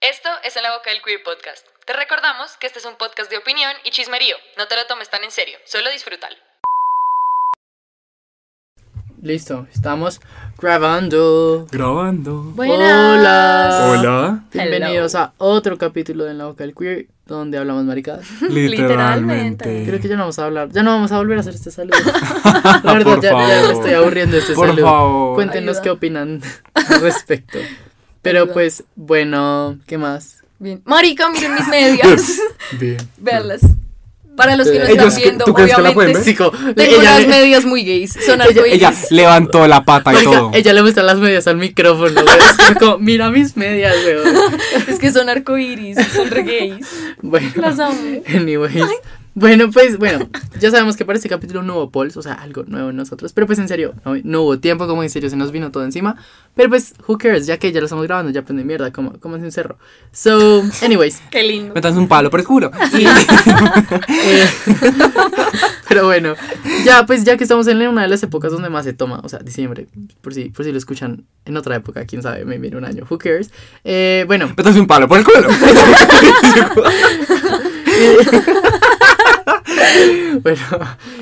Esto es En la Boca del Queer Podcast. Te recordamos que este es un podcast de opinión y chismerío. No te lo tomes tan en serio, solo disfrútalo. Listo, estamos grabando. Grabando. Hola. Hola. Bienvenidos a otro capítulo de En la Boca del Queer, donde hablamos maricadas. Literalmente. Creo que ya no vamos a hablar, ya no vamos a volver a hacer este saludo. La verdad, Por ya, ya favor. me estoy aburriendo de este Por saludo. favor. Cuéntenos Ayuda. qué opinan al respecto. Pero Ayuda. pues, bueno, ¿qué más? Bien. Marica, miren mis medias. Bien. Veanlas. Para los que no Eh, están ellos, viendo, ¿tú crees que la obviamente. pueden ver? Chico, Tengo ella, unas medias muy gays. Son arcoíris. Ella levantó la pata y marica, todo. ella le muestra las medias al micrófono, güey. Es que como, mira mis medias, güey. Es que son arcoíris. Son re gays. Bueno. Las amo. Anyways. Bueno, pues bueno, ya sabemos que para este capítulo no hubo polls, o sea, algo nuevo en nosotros, pero pues en serio, no, no hubo tiempo, como en serio se nos vino todo encima, pero pues, who cares, ya que ya lo estamos grabando, ya pues de mierda, como, como es un cerro. So, anyways, Qué lindo. Metas un palo por el culo. eh, pero bueno, ya pues ya que estamos en una de las épocas donde más se toma, o sea, diciembre, por si, por si lo escuchan en otra época, quién sabe, me viene un año, who cares. Eh, bueno, Metas un palo por el culo. bueno,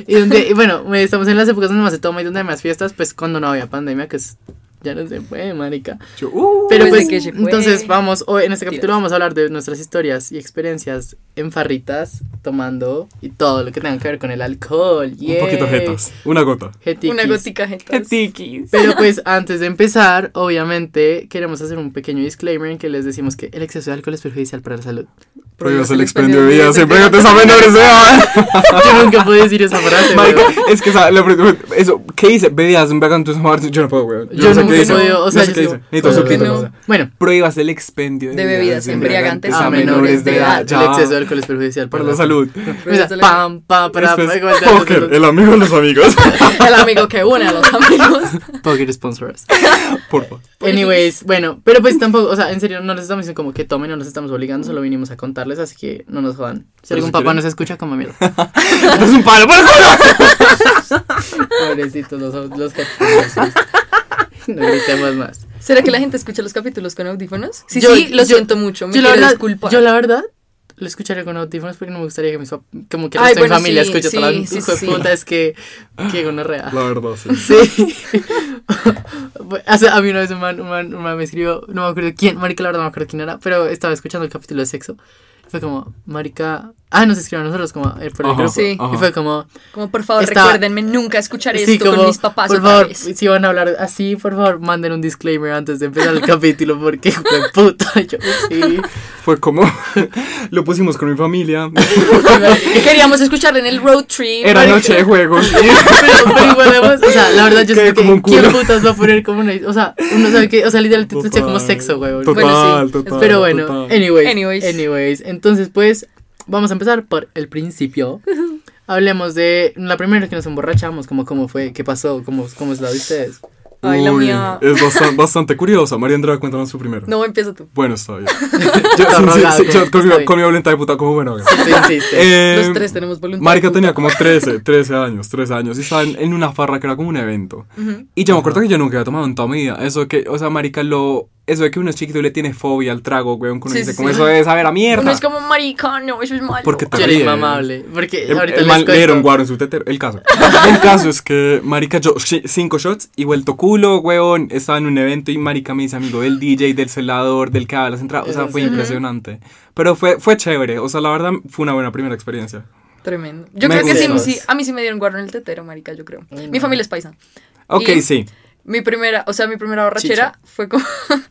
y donde, y bueno, estamos en las épocas donde más se toma y donde hay más fiestas, pues cuando no había pandemia, que es- ya no se puede, marica. Yo, uh, Pero Pues de pues, que se puede. entonces vamos, hoy en este capítulo Mentiras. vamos a hablar de nuestras historias y experiencias en farritas, tomando y todo lo que tenga que ver con el alcohol. un poquito jetas. Una gota. Una gotica, gente. Jetikis. Pero pues antes de empezar, obviamente queremos hacer un pequeño disclaimer en que les decimos que el exceso de alcohol es perjudicial para la salud. Prohíbas el expendio de bebidas. Embriágate a menores de edad. Yo nunca pude decir esa frase. Marica, weón. es que, o sea, lo primero- eso, ¿qué dice? Bebidas, embriágate a menores. Yo no puedo, weón. Yo, no sé nunca qué he dice. podido, o No sea, sé yo qué digo, dice. Necesito ¿por qué subtítulos. no? o sea. Bueno, Prohíbas el expendio de, De bebidas embriagantes a menores de edad. Ya. El exceso de alcohol es perjudicial Para para la salud. O sea, pam, pam, para, Después, para- para- póker, el amigo de los amigos. El amigo que une a los amigos. Poker sponsor us. Por favor. Anyways, bueno, pero pues tampoco, o sea, en serio, no les estamos diciendo como que tomen, no nos estamos obligando, solo vinimos a contarles, así que no nos jodan. Si Pero algún si papá quieren. nos escucha, como mierda. Esto es un palo por el culo. Pobrecitos los, los jefes. No gritemos más. ¿Será que la gente escucha los capítulos con audífonos? Sí, Yo- sí, lo yo- siento mucho. Me yo, la quiero verdad, disculpar. yo la verdad lo escucharé con audífonos porque no me gustaría que mis pap- como que el resto de Ay, mi bueno, familia sí, escuche sí, toda la sí, hijo sí, de sí. puta, es que, que gonorrea. La verdad, sí. Sí. O sea, a mí una vez un man, un man- un man me escribió, no me acuerdo quién, Marica, la verdad no me acuerdo quién era, pero estaba escuchando el capítulo de sexo. Y fue como, Marica. Ah, nos escribió a nosotros como eh, por el Ajá, grupo. sí. Y fue como, Como por favor, Estaba- recuérdenme nunca escuchar sí, esto como, con mis papás por otra favor, vez. si van a hablar así, por favor, manden un disclaimer antes de empezar el capítulo, porque hijo de puta, yo sí. Fue como. Lo pusimos con mi familia. Queríamos escuchar en el road trip. Era Marica. noche de juegos. Pero, pero igual, además, o sea, la verdad yo Quedé siento como que, un culo. ¿quién putas va a poner como una, o sea, uno sabe que, o sea, literal, te escucha como Total, sexo, güey. Total, Bueno, sí, total. Pero bueno, total. anyways, anyways. Anyways. Entonces, pues, vamos a empezar por el principio. Hablemos de la primera que nos emborrachamos, como cómo fue, qué pasó, cómo, cómo es la de ustedes. Ay, la Uy, mía. Es bastante, bastante curiosa. María Andrade, cuéntanos su primero. No, empieza tú. Bueno, está bien. Está Yo, sí, rogado, sí, ok, yo está con, mi, bien. con mi voluntad de puta, como bueno. haga. Sí, insiste. Eh, Los tres tenemos voluntad. Marica tenía como 13, 13 años, 13 años. Y estaba en, en una farra que era como un evento. Y yo me acuerdo que yo nunca había tomado en toda mi vida. Eso que, o sea, Marica, lo. Eso de que uno es chiquito y le tiene fobia al trago, weón. Que uno Sí, dice, sí, como sí. eso es saber a mierda. Uno es como marica, no, eso es malo. Porque te yo era ríes. inmamable, porque El, ahorita el les man le dieron cuento. guaro en su tetero. El caso. El caso es que, marica, yo shi- cinco shots y vuelto culo, weón. Estaba en un evento y marica me dice amigo del DJ, del celador, del que daba las entradas. O sea, Eso fue sí. impresionante. Pero fue, fue chévere. O sea, la verdad, fue una buena primera experiencia. Tremendo. Yo Me creo que sí, gustas. sí, a mí sí me dieron guarro en el tetero, marica, yo creo. Ay, Mi no. familia es paisa. Ok, Y- sí. Mi primera, o sea, mi primera borrachera fue como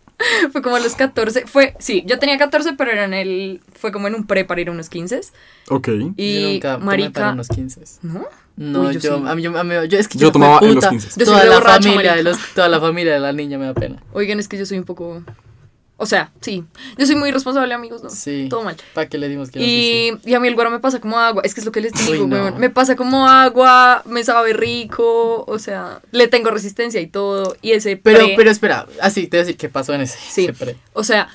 fue como a los 14, fue sí, yo tenía 14, pero era en el fue como en un pre para ir a unos 15 Ok. y yo nunca tomé para marica, unos 15. ¿no? No, Uy, yo, yo sí. a mí- yo- a mí- yo- es que Yo no fui tomaba en los puta. 15. Yo soy Toda re la borracha, familia de marica. los, toda la familia de la niña me da pena. Oigan, es que yo soy un poco o sea, sí, yo soy muy irresponsable, amigos, no. Sí. Todo mal. ¿Para qué le dimos que no? Sí, Y, y a mí el guaro me pasa como agua. Es que es lo que les Uy, digo, no. weón. Me pasa como agua, me sabe rico, o sea, le tengo resistencia y todo. Y sí. ese Pero, pre- pero espera, así te voy a decir qué pasó en ese. Sí. ese pre. O sea,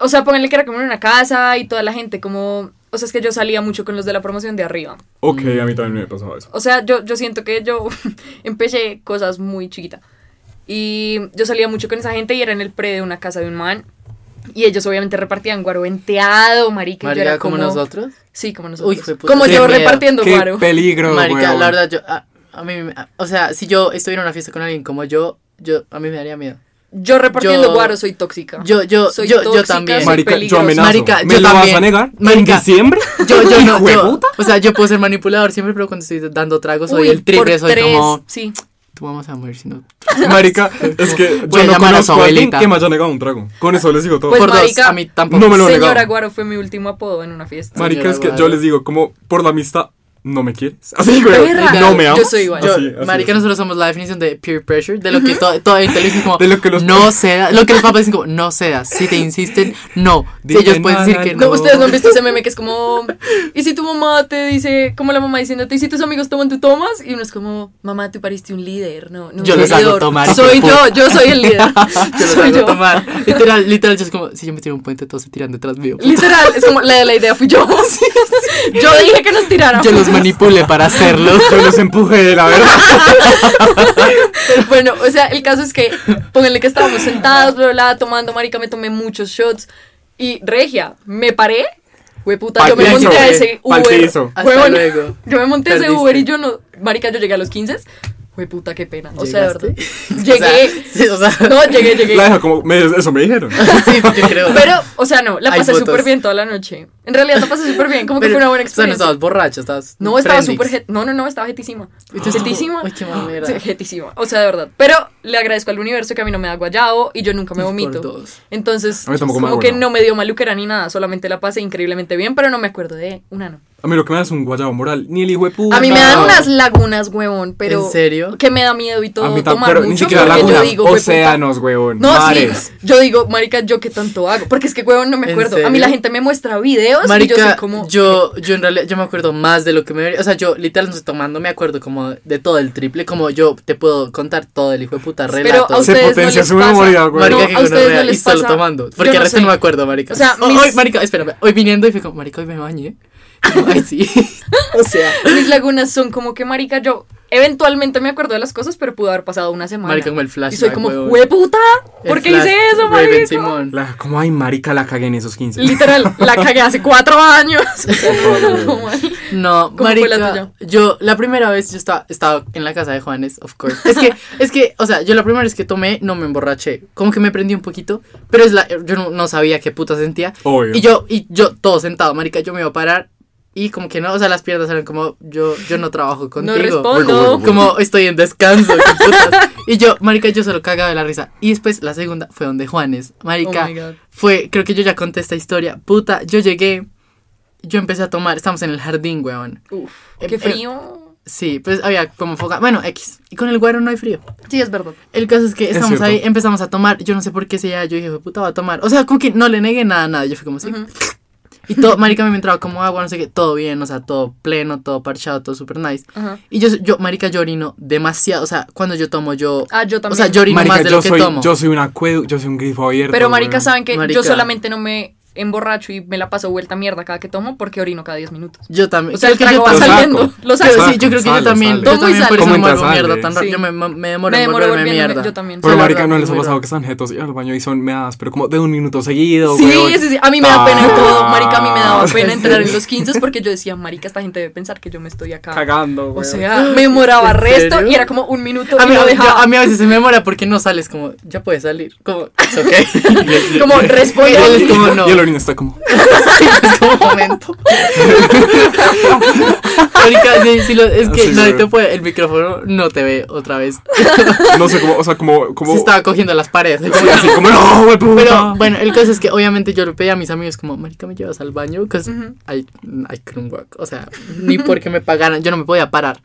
o sea, pónganle que era como en una casa y toda la gente como... O sea, es que yo salía mucho con los de la promoción de arriba. Ok, a mí también me pasaba eso. O sea, yo, yo siento que yo empecé cosas muy chiquita. Y yo salía mucho con esa gente y era en el pre de una casa de un man. Y ellos obviamente repartían guaro venteado, marica. y yo Marica, era como como, nosotros. Sí, como nosotros. Uy, fue puta. como Qué yo miedo. repartiendo Qué guaro. peligro, Marica, weón. la verdad, yo. A, a mí. me- a- o sea, si yo estuviera en una fiesta con alguien como yo, yo a mí me daría miedo. Yo repartiendo Yo- guaro soy tóxica. Yo, yo, Soy yo, yo tóxica, también. soy Marica, yo peligroso. amenazo. Marica, ¿Me yo lo vas también. a negar? Marica. ¿En diciembre? Yo, yo no, Hijo de yo- puta. o sea, yo puedo ser manipulador siempre, pero cuando estoy dando tragos soy Uy, el triple, por soy tres, como, Sí. tú vamos a morir si no. Marica, es que Voy a yo no llamar a su conozco a alguien abuelita. que me haya negado un trago. Con eso les digo todo. Pues, por dos, marica, a mí tampoco. No me lo he Señora negado. guaro fue mi último apodo en una fiesta. Marica, Señora es que yo Guaro. les digo, como por la amistad, no me quieres. Así, güey. Perra. No me amas. Yo soy igual. Yo, Así, así marica, es. nosotros somos la definición de peer pressure, de lo que to- todo ahorita le dicen como, De lo que los- no cedas, lo que los papás dicen como, no cedas, si te insisten, no, si Dile ellos pueden no decir al que no. No, ustedes no han visto ese meme que es como, ¿y si tu mamá te dice, como la mamá diciéndote, ¿y si tus amigos toman, tú tomas? Y uno es como, mamá, tú pariste un líder, no, no un Yo los hago seguidor. tomar, hijo Soy de yo, puta. yo soy el líder. Yo los soy hago yo. tomar. Literal, literal, yo es como, si yo me tiro un puente, todos se tiran detrás mío. Literal, es como, la de la idea fui yo. Yo dije que nos tiraran. Yo los manipulé para hacerlo. Yo los empujé de la verdad. Bueno, o sea, el caso es que, pónganle que estábamos sentados, bla, bla, bla, tomando, marica, me tomé muchos shots. Y, regia, me paré, hueputa, yo Pa'l me piso, monté a güey, ese pa'l Uber. piso. Hasta huevón. luego. Yo me monté a ese Perdiste. Uber y yo no, marica, yo llegué a los 15, hueputa, qué pena. O sea, de verdad. Llegué. Llegué, O sea, no, llegué, llegué. La deja como, me- eso me dijeron. sí, yo creo. Pero, o sea, no, la Hay pasé fotos. súper bien toda la noche. En realidad la pasé súper bien, como que Pero, fue una buena o sea, no experiencia. estabas borracho, estabas. No, estaba friendix. súper... jet- No, no, no, estaba jetísima. Entonces, jetísima. uy, qué mamera. Sí, jetísima. O sea, de verdad. Pero le agradezco al universo que a mí no me da guayabo y yo nunca me Por vomito. dos. Entonces, A mí tampoco me da como que guayabo. no me dio maluquera ni nada, solamente la pasé increíblemente bien, pero no me acuerdo de un ano. A mí lo que me da es un guayabo moral. Ni el hijo de puta. A mí me dan no. unas lagunas, huevón, pero... ¿En serio? Que me da miedo y todo A mí tam- tomar pero mucho, ni siquiera porque laguna. yo digo, hueputa, océanos, weón. no, mares. sí. Yo digo, marica, ¿yo qué tanto hago? Porque es que, huevón, no me ¿En acuerdo. A mí serio? la gente me muestra videos Marica, y yo soy como... yo, yo en realidad, yo me acuerdo más de lo que me debería- O sea, yo literal no estoy tomando, me acuerdo como de todo el triple, como yo te puedo contar todo el hijo de puta relato. Pero a Se ustedes no potencia les su pasa. memoria, güey. Marica, no, que a ustedes gonorrea, no y les solo pasa. tomando. Porque Yo el no resto sé. no me acuerdo, marica. O sea, hoy, mis- marica, espérame. Hoy viniendo y fui como, marica, hoy me bañé. Como, Ay, sí. o sea, Mis lagunas son como que, marica, yo eventualmente me acuerdo de las cosas, pero pudo haber pasado una semana. Marica, como el flash, Y soy ay, como, huevón. hueputa, ¿por el qué Flash, hice eso, Raven marica? Simón. La- como, ay, marica, la cagué en esos 15. Literal, la cagué hace cuatro años. O sea, no, no, no, man. No, ¿Cómo marica, fue la tuya? yo la primera vez yo estaba, estaba en la casa de Juanes, of course. Es que, es que, o sea, yo la primera vez que tomé no me emborraché, como que me prendí un poquito, pero es la, yo no, no sabía qué puta sentía. Obvio. Y yo, y yo todo sentado, marica, yo me iba a parar y como que no, o sea, las piernas eran como, yo, yo no trabajo contigo. No respondo. Hueco, Como estoy en descanso. qué putas. Y yo, marica, yo solo cagaba de la risa. Y después la segunda fue donde Juanes, marica Oh my God. fue, creo que yo ya conté esta historia. Puta, yo llegué, yo empecé a tomar, estamos en el jardín, weón. Uf, Eh, qué pero- frío. Sí, pues había como foca, bueno, X. Y con el guaro no hay frío. Sí, es verdad. El caso es que Es estamos cierto. ahí, empezamos a tomar, yo no sé por qué se yo dije, "Jue puta, va a tomar. O sea, como que no le negué nada, nada, yo fui como así. Y todo, marica, me entraba como agua, no sé qué, todo bien, o sea, todo pleno, todo parchado, todo super nice. Ajá. Y yo, yo, marica, yo orino demasiado, o sea, cuando yo tomo, yo... Ah, yo o también. sea, yo orino Marica, más de yo lo que soy, tomo. yo soy un acuedo, yo soy un grifo abierto. Pero, marica, weón. saben que Marica. yo solamente no me emborracho y me la paso vuelta mierda cada que tomo porque orino cada 10 minutos. Yo también. O sea, el Creo que yo trago va también- saliendo, lo saco. Pero sí, yo creo que Sale, yo también. sale. Yo Tomo y también sale. por eso me Comenta, vuelvo sale. mierda tan rápido. Sí. Yo me, me demoro Me en demoro volverme volviéndome, mierda. yo también. Pero, Sí, la marica, verdad, no les es ha muy pasado raro. que están jetos y al baño y son meadas, pero como de un minuto seguido, Sí, weón. sí, sí. A mí me da pena y todo. Marica, a mí me daba Ah. pena entrar en los 15 porque yo decía, marica, esta gente debe pensar que yo me estoy acá. Cagando, weón. O sea, me demoraba ¿En resto serio? y era como un minuto A y mí, lo yo- dejaba. a mí a veces se me demora porque no sales como, ya puedes salir. Como, es ok. como Y responde. él es como, no. Y el orino está como, es como un momento. Marica, sí, Ah, sí, lo- es que Así, nadie güey. te puede, el micrófono no te ve otra vez. no sé, como, o sea, como, como, Se estaba cogiendo las paredes. así, como, no, weón, puta. Pero bueno, el caso es que obviamente yo le pedí a mis amigos como, marica, ¿me llevas al baño? Because Ujú. I, I couldn't walk. O sea, ni porque me pagaran, yo no me podía parar.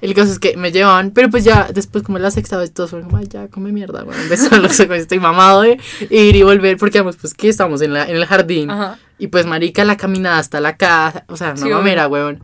El caso es que me llevaban, pero pues ya después como la sexta vez todos fueron como, ay, ya, come mierda, bueno, empezó los ojos, estoy mamado de ir y volver, porque pues, pues, ¿qué? Estamos en, la, en el jardín. Ajá. Y pues, marica, la caminada hasta la casa, o sea, una Sí, obvio. mamera, weón.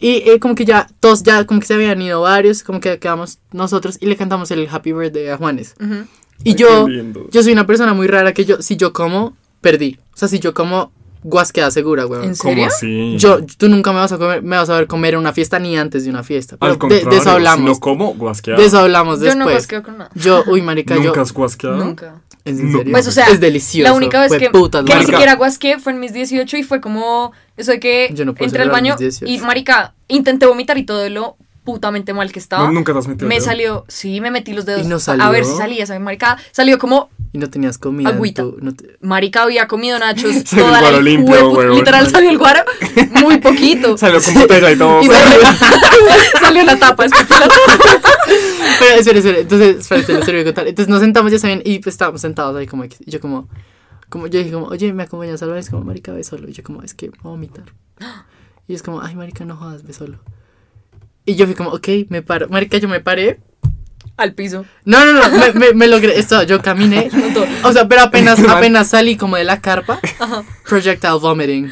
Y eh, como que ya, todos ya, como que se habían ido varios, como que quedamos nosotros y le cantamos el Happy Birthday a Juanes. ujú. Y Ay, yo, qué lindo. yo soy una persona muy rara que yo, si yo como, perdí. O sea, si yo como, guas queda segura, weón. ¿En ¿Cómo serio? así? Yo, tú nunca me vas a comer, me vas a ver comer en una fiesta ni antes de una fiesta. Pero al de, contrario, de eso si no hablamos. como, guasqueado. de eso hablamos Yo no después. quedo con nada. Yo, uy, marica, ¿Nunca yo. has guasqueado? Nunca. ¿Es en No. serio? Pues, o sea, es delicioso. La única vez Fue que, putas, que ni marica. siquiera guasqué fue en mis 18 y fue como eso de que Yo no puedo entré al celebrar baño mis 18. y marica, intenté vomitar y todo lo putamente mal que estaba. No, nunca te has metido. me el dedo. salió, sí, me metí los dedos ¿Y no a salió? ver si salía esa marica. Salió como Y no tenías comida. en Agüita. tu- no te- marica había comido nachos Salió toda el la guaro limpio, huepu- huevón. literal salió el guaro muy poquito. Salió con botella y todo. Y pero- salió, salió la tapa, es que la tapa. Espera, espera, espera. Entonces, espérate, les tengo que contar. Entonces nos sentamos, ya saben, y pues, estábamos sentados ahí como X. Y yo como, como, yo dije como, oye, ¿me acompañas al baño? Es como, marica, ve solo. Y yo como, es que voy a vomitar. Y es como, ay, marica, no jodas, ve solo. Y yo fui como, ok, me paro. Marica, yo me paré. al piso. No, no, no, me, me, me logré. Esto, yo caminé. O sea, pero apenas, apenas salí como de la carpa. Projectile vomiting.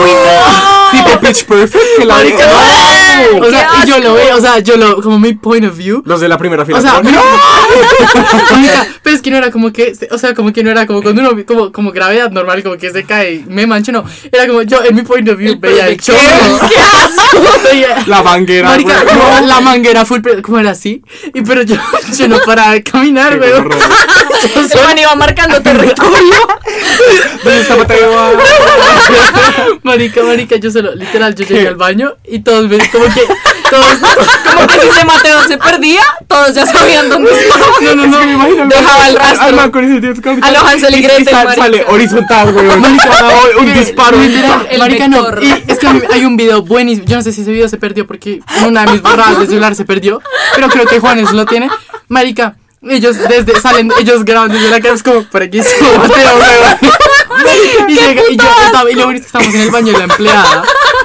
¡Ah! Tipo Pitch Perfect. Que la O sea, y yo lo veo, o sea, yo lo, como mi point of view. Los de la primera fila. O sea, ¿no? no. Marica, pero es que no era como que, se- o sea, como que no era como cuando uno, vi- como, como gravedad normal, como que se cae y me mancho, no. Era como yo, en mi point of view, veía el chorro. ¡Qué asco! Veía- La banguera. Marica, güey. como la manguera full, pre- como era así. Y pero yo, yo no paraba de caminar, Qué weón. horror. O El sea, man iba marcando territorio. ¿Dónde está Mateo? Ah, Marica, marica, yo solo, literal, yo llegué al baño y todos ven como que, todos, Como que si ese Mateo se perdía, todos ya sabían dónde estaba. No, no, no, me imagino. Dejaba el rastro. Alma con ese tío, con- A lo Hansel y Gretel, sal- marica. sale horizontal, güey. un disparo. Literal, El marica, no. vector. Y es que a mí- hay un video buenísimo. Yo no sé si ese video se perdió porque una de mis borradas de celular se perdió. Pero creo que Juanes lo tiene. Marica, ellos desde salen, ellos graban desde la casa. Es como por aquí se botea, huevón. Y llega, y yo estaba, y lo bueno es que estamos en el baño de la empleada.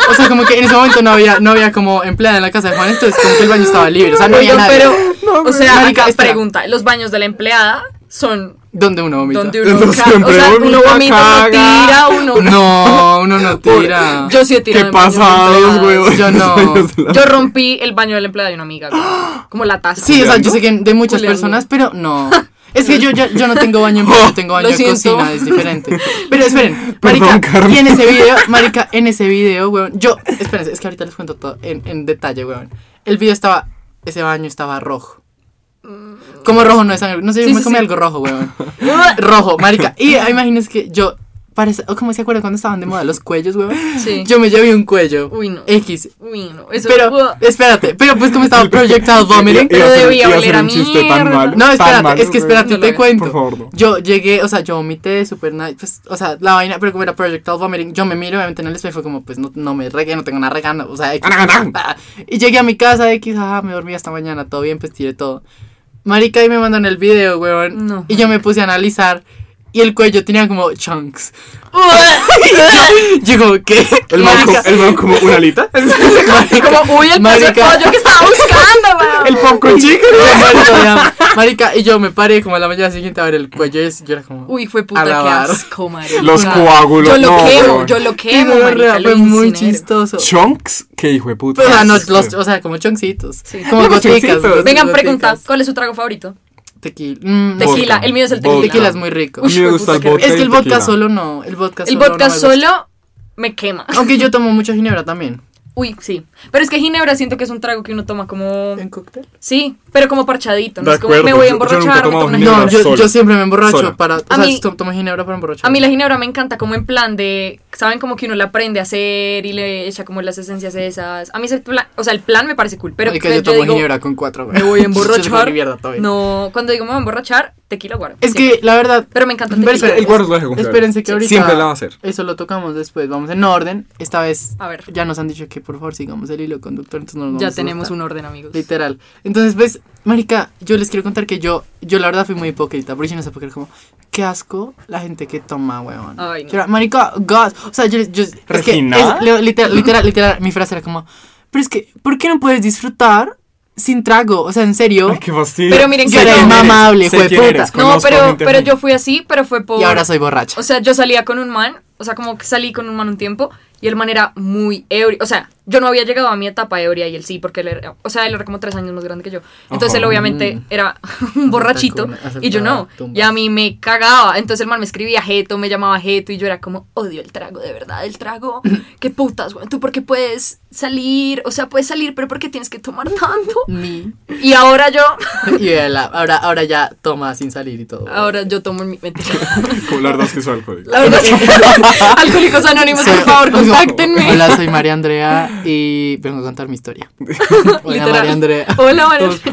O sea, como que en ese momento no había, no había como empleada en la casa de Juan. Esto es como que el baño estaba libre. O sea, no había Pero, nadie. pero, o güey. sea, Marica, acá espera. pregunta, los baños de la empleada son ¿Dónde uno vomita? donde uno, Entonces, ca- o siempre sea, vomita, uno vomita, uno caga. tira, uno No, uno no tira. Yo sí he Qué tirado en baños de pasados, empleadas. güey. Yo no. Yo rompí el baño de la empleada de una amiga, güey. como la taza. Sí, o sea, yo sé que de muchas Juliando. personas, pero no. Es que yo, yo, yo no tengo baño en baño, yo tengo baño Oh, Lo en siento. cocina, es diferente. Pero esperen, Perdón, Marica, Carmen. y en ese video, Marica, en ese video, weón, yo, espérense, es que ahorita les cuento todo en, en detalle, weón. El video estaba, ese baño estaba rojo. Como rojo no es sangre, no sé, yo Mm. Sí, me sí, comí sí. algo rojo, weón. Rojo, Marica. Y ah, imagínense que yo, parece, o como se acuerdan cuando estaban de moda los cuellos, weón. Sí. Yo me llevé un cuello. Uy, no. X. Uy, no, eso Pero, Uah. espérate, pero pues como estaba Projectile Vomiting, Pero debía oler a mierda. no, espérate, es que espérate, No lo te hagas. cuento. Por favor, no. Yo llegué, o sea, yo vomité super nice, pues, o sea, la vaina, pero como era Projectile Vomiting, yo me miro, obviamente en el espejo, como, pues, no, no me regué, no tengo nada regando, o sea, X. Ah, Y llegué a mi casa, X, ah, me dormí hasta mañana, todo bien, pues, tiré todo. Marica, y me mandan el video, weón, No. y yo me puse a analizar, y el cuello tenía como chunks. Yo como, ¿qué? El man, como, Marica, el man como una alita. como, uy, el pedazo de Marica. pollo que estaba buscando, güey. El popcorn chicken. yo muerto de hambre. Marica, y yo me paré como a la mañana siguiente a ver el cuello, y yo era como... Uy, fue puta, A qué lavar. asco, marica. Los coágulos. Yo lo no, quemo, weón. yo lo Qué quemo, marica, gonorrea, lo fue muy incinero. chistoso. Pues, Chunks. Qué hijo de puta. Este O sea, no, los- o sea, como choncitos. Sí. Como Como goticas. choncitos. gotas- Vengan, goticas. pregunta, ¿cuál es su trago favorito? Tequila. Mm, no. Tequila, el mío es el tequila. Tequila es muy rico. A mí Uy, me gusta el puta, qué vodka. Es que y el vodka tequila. solo no. El vodka El solo. vodka no me gusta. solo me quema. Aunque yo tomo mucho ginebra también. Uy, sí. Pero es que Ginebra siento que es un trago que uno toma como. cóctel? Sí, pero como parchadito. No De es como me acuerdo, voy a yo- yo nunca he emborrachar, me tomado tomo una Ginebra No, yo, sola. yo siempre me emborracho Sola. para. O A sea, mí- to- tomo ginebra para emborrachar. A mí la ginebra me encanta como en plan de, ¿saben? Como que uno la aprende a hacer y le echa como las esencias esas. A mí ese plan, o sea, el plan me parece cool, pero Marica, que yo tomo digo, ginebra con cuatro. me voy a Yo soy emborrachar. mi mierda todavía. no, cuando digo me voy a emborrachar, tequila guaro. Es siempre. que la verdad. Pero me encanta el Pero tequila. espera, El guaro es lo dejo confiar. Espérense que ahorita. Siempre la va a hacer. Eso lo tocamos después. Vamos en orden. Esta vez. A ver. Ya nos han dicho que por favor sigamos el hilo conductor. Entonces no nos vamos Ya a tenemos soltar. un orden, amigos. Literal. Entonces, pues, marica, yo les quiero contar que yo, yo la verdad fui muy hipócrita, porque yo no sé por qué, como, qué asco la gente que toma, weón. Ay, no. Yo era, marica, gas. O sea, yo, yo es que ¿Regina? es- le- literal, literal, literal, mi frase era como, pero es que, ¿por qué no puedes disfrutar sin trago? O sea, en serio. Ay, qué fastidio. Pero miren Yo que era no. inmamable, Sé hijo de quién puta. eres, No, conozco a pero, gente pero muy- yo fui así, pero fue por... y ahora soy borracha. O sea, yo salía con un man, o sea, como que salí con un man un tiempo y el man era muy ebrio. O sea, yo no había llegado a mi etapa ebria y él sí, porque él era, o sea, él era como tres años más grande que yo. Entonces Ajá. él obviamente Mm. era un borrachito Atacó, y yo no. aceptaba tumbas. Y a mí me cagaba. Entonces el man me escribía jeto, me llamaba jeto y yo era como, odio el trago, de verdad, el trago. Qué putas, güey. Tú porque puedes salir, o sea, puedes salir, pero porque tienes que tomar tanto. Mi. Y ahora yo, Y la- ahora, ahora ya toma sin salir y todo. ahora yo tomo en mi mentira. Como la verdad es que soy alcohólico. La verdad es que Alcohólicos Anónimos, por favor, contáctenme. Hola, soy María Andrea y vengo a contar mi historia. Hola, Literal. María Andrea. Hola, María. Todos,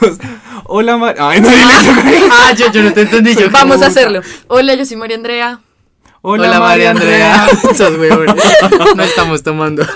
todos. Hola, Mar. Ay, no dile eso. Ah, yo, yo no te entendí. Yo, Vamos como- a hacerlo. Hola, yo soy María Andrea. Hola, María Andrea. Esos huevones. No estamos tomando.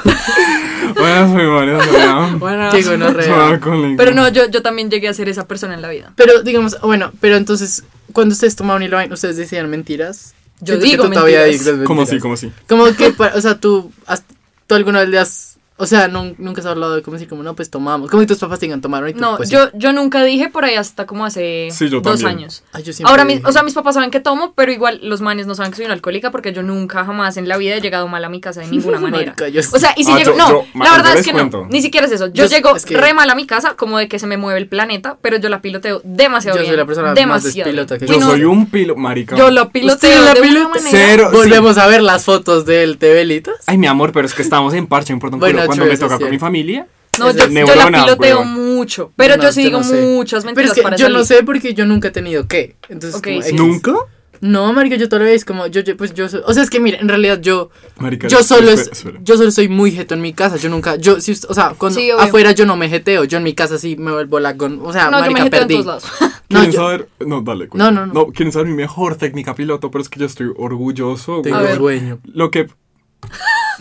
Buenas, soy María Andrea. Llegó no Soy alcohólico. Pero no, yo, yo también llegué a ser esa persona en la vida. Pero digamos, bueno, pero entonces, cuando ustedes tomaban y lo ven, ustedes decían mentiras. Yo Siento digo que tú todavía mentiras. dices ¿Cómo mentiras. así? ¿Cómo así? Como que, pa- o sea, tú, has- tú alguna vez le has, o sea, nun- nunca has hablado de cómo decir, como, no, pues tomamos. Como que tus papás te digan, tomaron y tú, No, pues, yo, yo nunca dije por ahí hasta como hace Sí, yo dos también. años. Ay, yo siempre Ahora, mis, dije- o sea, mis papás saben que tomo, pero igual los manes no saben que soy una alcohólica porque yo nunca jamás en la vida he llegado mal a mi casa de ninguna manera. Marica, yo sí. O sea, y si Ah, llego, yo- no, yo- la yo verdad es les que cuento. no, ni siquiera es eso. Yo- Yo, llego es que- re mal a mi casa, como de que se me mueve el planeta, pero yo la piloteo demasiado Yo soy bien. la persona más demasiado bien. despilota que Yo no- soy un pilo. Marica. Yo la piloteo la de una pilota? manera- Cero. sí. Volvemos a ver las fotos del Tebelitas. Ay, mi amor, pero es que estamos en parche, me importa un Bueno, culo. Cuando true, me eso toca es con mi cierto. familia. No, Eso yo, es- yo Neurona, la piloteo weón. mucho, pero No, yo sí digo no sé. muchas Pero mentiras es que para yo no salir. sé porque yo nunca he tenido qué. Entonces, Ok, como, sí. X. ¿Nunca? No, marica, yo todavía es como, yo, yo, pues yo, soy- o sea, es que mira, en realidad yo, Marica. yo solo es, espera, espera. yo solo soy muy jeto en mi casa, yo nunca, yo, si, usted- o sea, cuando Sí, obvio. afuera yo no me jeteo, yo en mi casa sí me vuelvo la con, o sea, No, yo me marica, jeteo en perdí. todos lados. No, ¿Quieren yo- saber? No, dale. No, no, no. ¿Quieren saber mi mejor técnica piloto? Pero es que yo estoy orgulloso. Tengo A güey. ver. dueño. Lo que.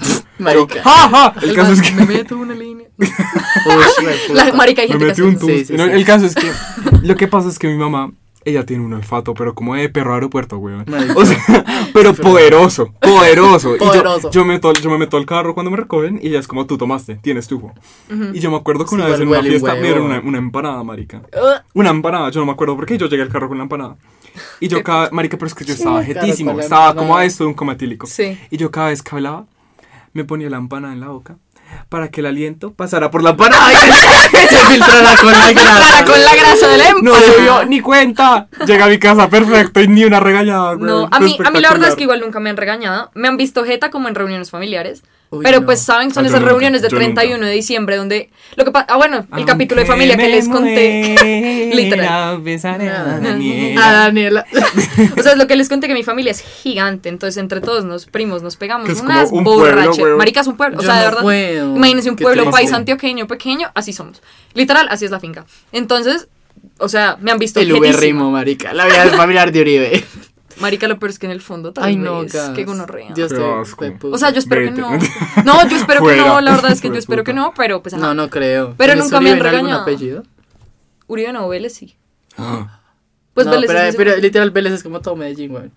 yo- Marica. ¡Ja, ja! El caso es que. Me meto una línea. Uy, güey, puta. La marica hay Me gente metí que hace un eso. tus. Sí, sí, No, sí. El caso es que lo que pasa es que mi mamá, ella tiene un olfato, pero como de perro aeropuerto, weón. Marica. O sea, pero poderoso, poderoso. Y yo- Poderoso. yo, meto al- yo me meto al carro cuando me recogen y ella es como, tú tomaste, tienes tubo. Y yo me acuerdo que Sí, una vez igual en una huele fiesta me dieron huevo. una, una empanada, marica. Ugh. Una empanada, yo no me acuerdo por qué yo llegué al carro con la empanada. Y yo cada marica, pero es que yo estaba claro, jetísimo, con la estaba empanada. como a esto de un comatílico. Sí. Y yo cada vez que hablaba, me ponía la empanada en la boca para que el aliento pasara por la empanada. Se filtrará con la grasa. Para Ah, con la grasa del empa. No se dio ni cuenta. Llega a mi casa perfecto y ni una regañada. güey. No, a mí, Fue a mí la verdad es espectacular. que igual nunca me han regañado. Me han visto jeta como en reuniones familiares. Uy, pero no. pues saben que son Ah, yo esas nunca, reuniones de yo 31 nunca. de diciembre donde lo que pa- ah bueno, el Aunque capítulo de familia que me les conté. muera, Literal. besaré a Ah, Daniela. Daniela. o sea, es lo que les conté que mi familia es gigante, entonces entre todos nos primos nos pegamos Que es unas como un pueblo, borrachas. huevón. Marica es un pueblo, o Yo sea, no de verdad. puedo. Imagínense un Qué pueblo triste. país antioqueño pequeño, así somos. Literal, así es la finca. Entonces, o sea, me han visto El jetísima. uberrimo, marica. La vida del familiar de Uribe. Marica, lo peor es que en el fondo tal Ay, vez, no, qué gas. gonorrea. Dios Qué te- asco. te- O sea, yo espero Vete. que no. No, yo espero que no, Fuera. la verdad es que Hijo yo de espero que puta. no, pero pues ajá. No, no creo. Pero ¿Tienes nunca me han Uribe en algún regañado. apellido? Uribe no, Vélez sí. Ah, Pues no, Vélez pero, es mi pero segundo. literal Vélez es como todo Medellín, güey.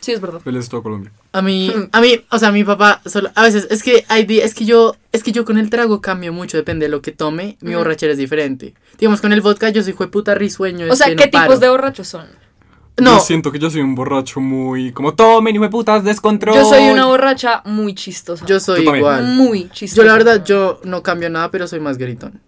Sí, es verdad. Feliz todo Colombia. A mí, Hmm. a mí, o sea, mi papá solo, a veces, es que hay di- es que yo, es que yo con el trago cambio mucho, depende de lo que tome, mi Ujú. borrachera es diferente. Digamos, con el vodka yo soy jueputa risueño. O es sea, que ¿qué no paro. tipos de borrachos son? No, Yo siento que yo soy un borracho muy. Como tomen y me putas, descontrol. Yo soy una borracha muy chistosa. yo soy Yo también. igual. muy chistosa. Yo la verdad, yo no cambio nada, pero soy más gritón.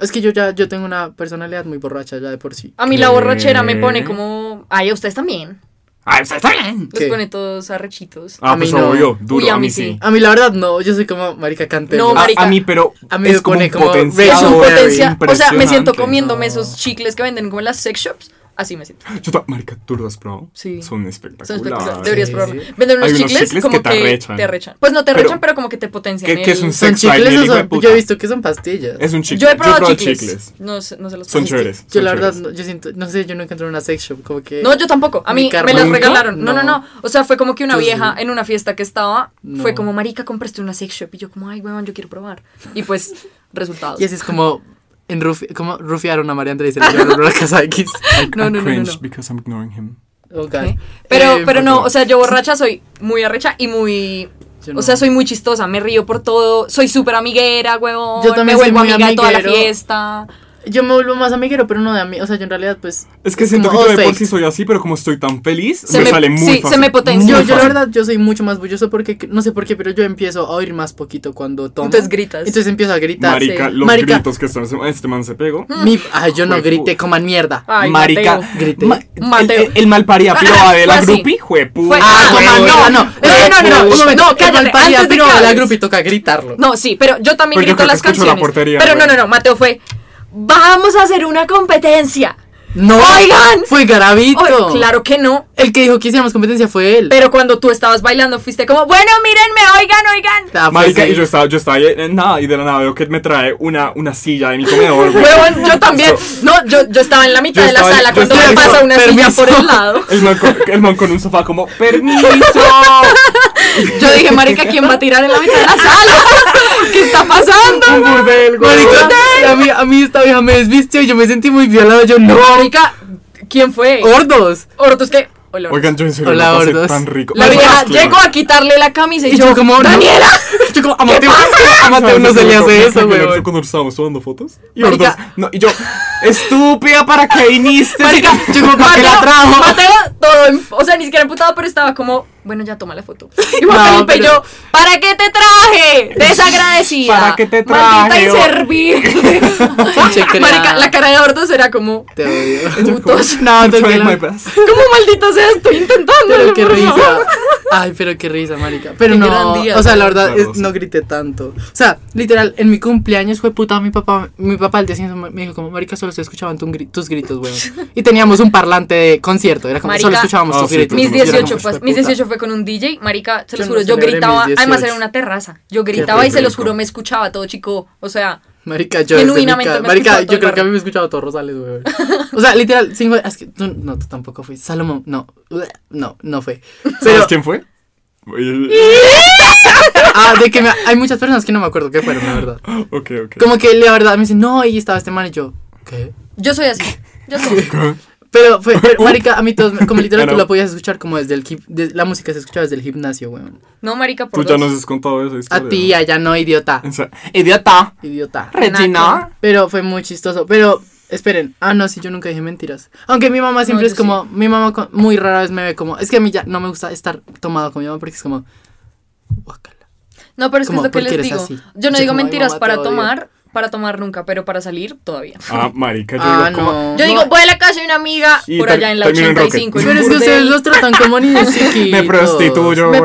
Es que yo ya, yo tengo una personalidad muy borracha ya de por sí. A mí la ¿Qué? borrachera me pone como... Ay, a ustedes también. ¡Ay, ustedes saben! Los ¿Qué? pone todos arrechitos. pues, Ah, A mí pues no. obvio, duro. Uy, a mí sí. A mí la verdad no, yo soy como marica cantero. No, A, Ah, Marica. a mí, pero. A mí es me pone como como un Rachel potencial. Es un Berry, potencial. O sea, me siento impresionante. No. comiéndome esos chicles que venden como en las sex shops. Así me siento. Yo ta- Marica, ¿tú lo has probado? Sí. Son Son espectaculares. Debería- espectaculares. Deberías Sí, probarlo. sí. Venden unos Hay unos chicles, chicles como que te arrechan. te arrechan. Pues no te Pero- arrechan, pero como que te potencian. ¿Qué- qué es el- un ¿Son sex drive, chicles el o hijo de son? Yo he puta. visto que son pastillas. Es un chicle. Yo he probado, chicles. No, sé, no se los Son paso. chéveres. yo son la verdad, chéveres. no, yo siento, no sé, yo nunca entré en una sex shop, como que... No, yo tampoco. A Mi mí me karma. las ¿Nunca? regalaron. No, no, No. no. O sea, fue como que una Yo sí. vieja en una fiesta que estaba fue No. como, Marica, compraste una sex shop. Y yo, como, ay, weón, yo quiero probar. Y pues, resultados. Y así es como, en rufi- como rufiaron a María Andrea y se le llevaron a la casa X. No, I no, no, no, cringe no. because I'm ignoring him. Oh, God. ¿Qué? Pero, Eh, pero no, o sea, yo borracha soy muy arrecha y muy. Yo O sea, no. soy muy chistosa, me río por todo, soy súper amiguera, huevón. Yo también me vuelvo soy muy amiga de toda la amiguero. fiesta. yo me vuelvo más amiguero, pero no de amigo. O sea, yo en realidad, pues. Es que siento que como, yo oh, de por fake. sí soy así, pero como estoy tan feliz, Se me, me- sale muy sí, se fácil. me potencia. Yo, Muy yo la fácil. verdad, yo soy mucho más bulloso porque, no sé por qué, pero yo empiezo a oír más poquito cuando tomo. Entonces gritas. Entonces empiezo a gritar. Marica, sí. los Marica, gritos que están este man se pegó. Mm. mi- ay, yo no Juepu- grité, coman mierda. Ay, Marica, Mateo. grité. Mateo. El, el, el malparía piroba de Fue la así. grupi, juepu. Fue- Ah, Ah, coman, no, no, no, no, no, no, no, un momento, no, coman cállate, paría, antes de pero que a la hables. grupi toca gritarlo. No, sí, pero yo también Pues yo grito creo que las escucho la canciones. portería, pero no, güey. no, no, Mateo fue. Vamos a hacer una competencia. No, Oigan. fue Garavito. Oh, claro que no. El que dijo que hiciéramos competencia fue él. Pero cuando tú estabas bailando fuiste como, bueno, mírenme, oigan, oigan. Ah, fue Marica, ese. y yo estaba, yo estaba ahí en nada, y de la nada veo que me trae una, una silla de mi comedor. güey. Huevón, yo también. No, yo, yo estaba en la mitad Yo de la estaba- sala yo cuando estaba- me pasa eso, una silla permiso. por el lado. El man, con, el man con un sofá como, permiso. Yo dije, marica, ¿quién va a tirar en la mitad de la sala? ¿Qué está pasando? Un burdel, güey. Marica, a mí, a mí esta vieja me desvistió y yo me sentí muy violado. Yo no. Marica, ¿quién fue? Oh. Hordos. Hortos que. Hola, Hortos. Oigan, yo en serio Hola, la pasé gordos. tan rico. La Ay, vieja es que- llegó a quitarle la camisa y, Y yo como, no. ¡Daniela! Yo como, a Mateo, a Mateo ¿Sabes no se cuando- le hace cuando- eso, cuando- weón. Cuando estábamos tomando fotos. Y Marica. gordos, no, y yo, estúpida, ¿para qué viniste? Marica, yo como, ¿para qué la trajo? Mateo, todo, en- o sea, ni siquiera emputado, pero estaba como, bueno, ya toma la foto. Y Juan No, Felipe y pero- yo, ¿para qué te traje? Desagradecida. ¿Para qué te Maldita traje, o- inservible. oh? Pinche crea. Marica, la cara de Hortos era como, Te odio. putos. No, te Try my odio. best. ¿Cómo maldita sea? Estoy intentando. Pero qué por risa. favor". Ay, pero qué risa, marica. Pero Qué no, gran día, o sea, la güey. verdad es- Claro, sí. no grité tanto. O sea, literal, en mi cumpleaños fue puta mi papá, mi papá al día siguiente me dijo como, "Marica, solo se escuchaban tu gri- tus gritos, weón." Y teníamos un parlante de concierto, era como solo Marica, escuchábamos Ah, tus sí, gritos. Mis Yo era 18, Era como, fue, mis "Hijo de 18 fue con un DJ, marica, se este los Yo no juro, yo celebré mis gritaba, además 18. era una terraza, yo gritaba y se los rico. juro, me escuchaba todo chico, o sea, puta". Marica, yo desde mi Genuinamente ca- me Marica, escuchaba todo yo el creo que a barrio. mí me escuchaba todo Rosales, weón. O sea, literal, cinco es que tú no tú tampoco fuiste. Salomón, no. No, no fue. Pero ¿Sabes quién fue? ah, de que me- hay muchas personas que no me acuerdo qué fueron, la verdad. Ok, ok. Como que la verdad me dicen, "No, ahí estaba este man." Y yo, "¿Qué?" yo soy así, yo soy, Pero, fue, pero, marica, a mí todos, como literal, tú Claro. la podías escuchar como desde el, gim- de- la música se escuchaba desde el gimnasio, weón. no marica, Tú por ya dos. nos has contado esa A historia. ti, allá no, idiota, En se- Idiota. idiota. Regina. Pero fue muy chistoso, pero, esperen, ah, no, sí, yo nunca dije mentiras. Aunque mi mamá siempre yo es como, mi mamá co- muy rara vez me ve como, es que a mí ya no me gusta estar tomado con mi mamá porque es como, guácala. no, pero es que Como, es lo que ¿por qué eres les digo, así? yo no Yo digo como, "Ay, mentiras mamá, te para odio". tomar, para tomar nunca, pero para salir todavía. Ah, marica, yo Ah, digo, ¿cómo? no. Yo digo, voy a la casa de una amiga Y por ter- allá en la termino en 85. Rocket. en Pero es que Burdel. ustedes los tratan como niños chiquitos. Me prostituyo, me weón.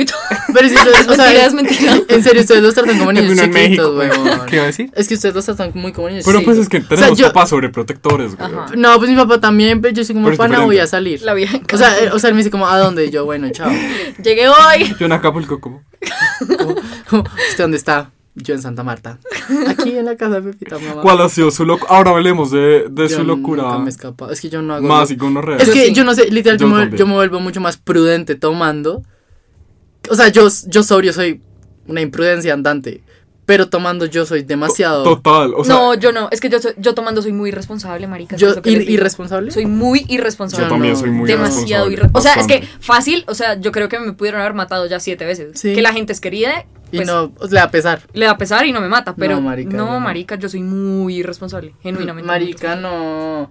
y todo. Pero si ustedes, o sea, Mentira, es mentira. En serio, ustedes los tratan como niños Termino en México, chiquitos, weón. weón. ¿Qué iba a decir? Es que ustedes los tratan muy como niños Pero chiquitos. pues es que O sea, tenemos yo- papás sobreprotectores, güey. Ajá. No, pues mi papá también, pero yo soy como, Pero es pana, diferente. voy a salir. La vieja en O sea, él, o sea, él me dice como, ¿a dónde? Y yo, bueno, chao. Llegué hoy. Yo en Acapulco, como. Como, ¿Usted dónde está? Yo en Santa Marta. Aquí en la casa de Pepita, mamá. ¿Cuál ha sido su locura? Ahora hablemos de, de Yo su locura. nunca me he escapado. Es que yo no hago... Más y con Es que sí. yo no sé, literal, yo, Yo me, vuel- también. yo me vuelvo mucho más prudente tomando. O sea, yo, yo sobrio soy una imprudencia andante. Pero tomando yo soy demasiado... Total. O sea, no, yo no, es que yo, soy- yo tomando soy muy irresponsable, marica. es que yo es lo que ir- les digo. irresponsable. Soy muy yo irresponsable. también no, soy muy demasiado irresponsable. irre- O sea, es que Bastante. fácil, o sea, yo creo que me pudieron haber matado ya siete veces. Sí. Que la gente es querida, Y pues, no, o sea, a pesar. le da pesar y no me mata, pero no, No, marica, marica, yo no. yo soy muy irresponsable, genuinamente. Marica, no.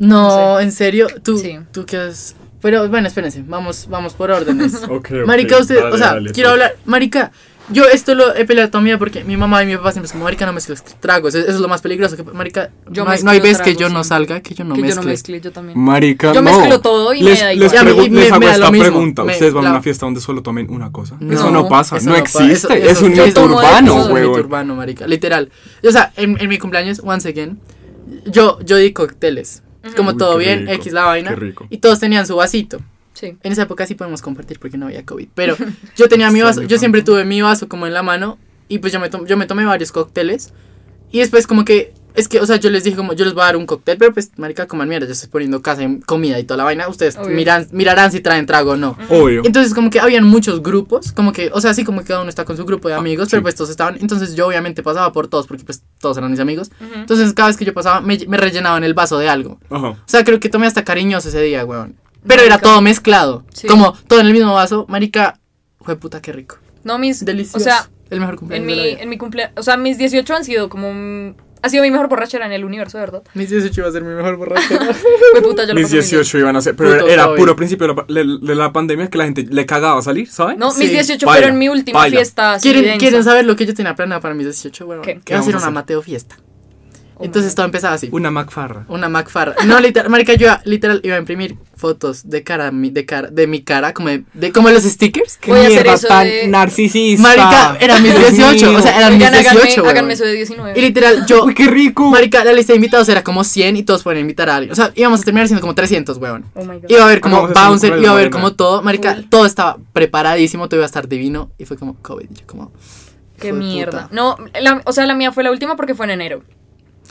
No No, en serio, tú, Sí. tú qué has... Pero bueno, espérense, vamos, vamos por órdenes. Ok, ok, Marica, usted, dale, o sea, dale, pues. quiero dale. hablar, Marica, yo esto lo he peleado toda mi vida porque mi mamá y mi papá siempre es como, Marica, no mezcles tragos, eso eso es lo más peligroso, que, Marica, Yo no, hay- mezclo no hay vez que tragos, yo no sí. salga, que yo no Mm. que mezcle. yo no mezcle, yo también. Marica, Yo no. mezclo todo y me les, da les igual. Y a mí- pregu- y me- les hago me da esta lo mismo. pregunta. Me- ¿Ustedes van a la- una fiesta donde solo tomen una cosa? No, eso no pasa. eso no, pa- existe. eso- es eso- un eso no mito es- urbano, eso es un mito huevón. urbano, marica, literal. O sea, en, en mi cumpleaños, once again, yo, yo di cócteles. Como Uy, todo qué bien, rico, X la vaina. qué rico. Y todos tenían su vasito. Sí. En esa época sí podemos compartir porque no había COVID. Pero yo tenía mi Extraño vaso, yo tanto. siempre tuve mi vaso como en la mano. Y pues yo me, tom- yo me tomé varios cócteles. Y después como que, es que, o sea, yo les dije como, yo les voy a dar un cóctel, pero pues, marica, coman mierda, yo estoy poniendo casa y comida y toda la vaina. Ustedes Obvio. miran, mirarán si traen trago o no. Obvio. Entonces como que habían muchos grupos, como que, o sea, así como que cada uno está con su grupo de Ah, amigos, sí. pero pues todos estaban, entonces yo obviamente pasaba por todos porque pues todos eran mis amigos. Ujú. Entonces cada vez que yo pasaba me, me rellenaban el vaso de algo. Ajá. O sea, creo que tomé hasta cariñoso ese día, weón. Pero era Marica. todo mezclado. Sí. Como todo en el mismo vaso. Marica, fue puta, qué rico. No, mis. Delicioso. O sea, el mejor en cumpleaños. de mi, la vida. en mi cumpleaños. O sea, mis 18 han sido como mm, Ha sido mi mejor borrachera en el universo, de ¿verdad? Mis 18 iba a ser mi mejor borracho. Fue puta, yo lo Mis pasé muy bien. 18 iban a ser. Pero Puto era COVID. puro principio de la, pa- le- de la pandemia que la gente le cagaba salir, ¿saben? No, mis Sí. 18 Baila, fueron mi última baila. fiesta. así ¿Quieren, densa. ¿Quieren saber lo que yo tenía planeado para mis 18? Bueno, ¿Qué? iba a hacer vamos a una hacer? Mateo fiesta. Oh my Entonces God. todo empezaba así. Una McFarra. Una Macfarra. No, literal, marica, yo literal iba a imprimir fotos de cara, mi- de cara, de mi cara, como de, de- como los stickers. Voy a hacer eso de- narcisista. Marica, eran mis Dios 18, mío. o sea, eran mis Oigan, háganme- 18, weón. Háganme eso de 19. Y literal, yo, Uy, qué rico. marica, la lista de invitados era como 100 y todos podían invitar a alguien. O sea, íbamos a terminar siendo como 300, weón. Oh my God. Iba a haber como Vamos a hacer un bouncer, cruel, iba a haber Morena. como todo, marica, Full. todo estaba preparadísimo, todo iba a estar divino y fue como COVID, y yo como... Qué hijo de mierda. puta. No, la- o sea, la mía fue la última porque fue en enero.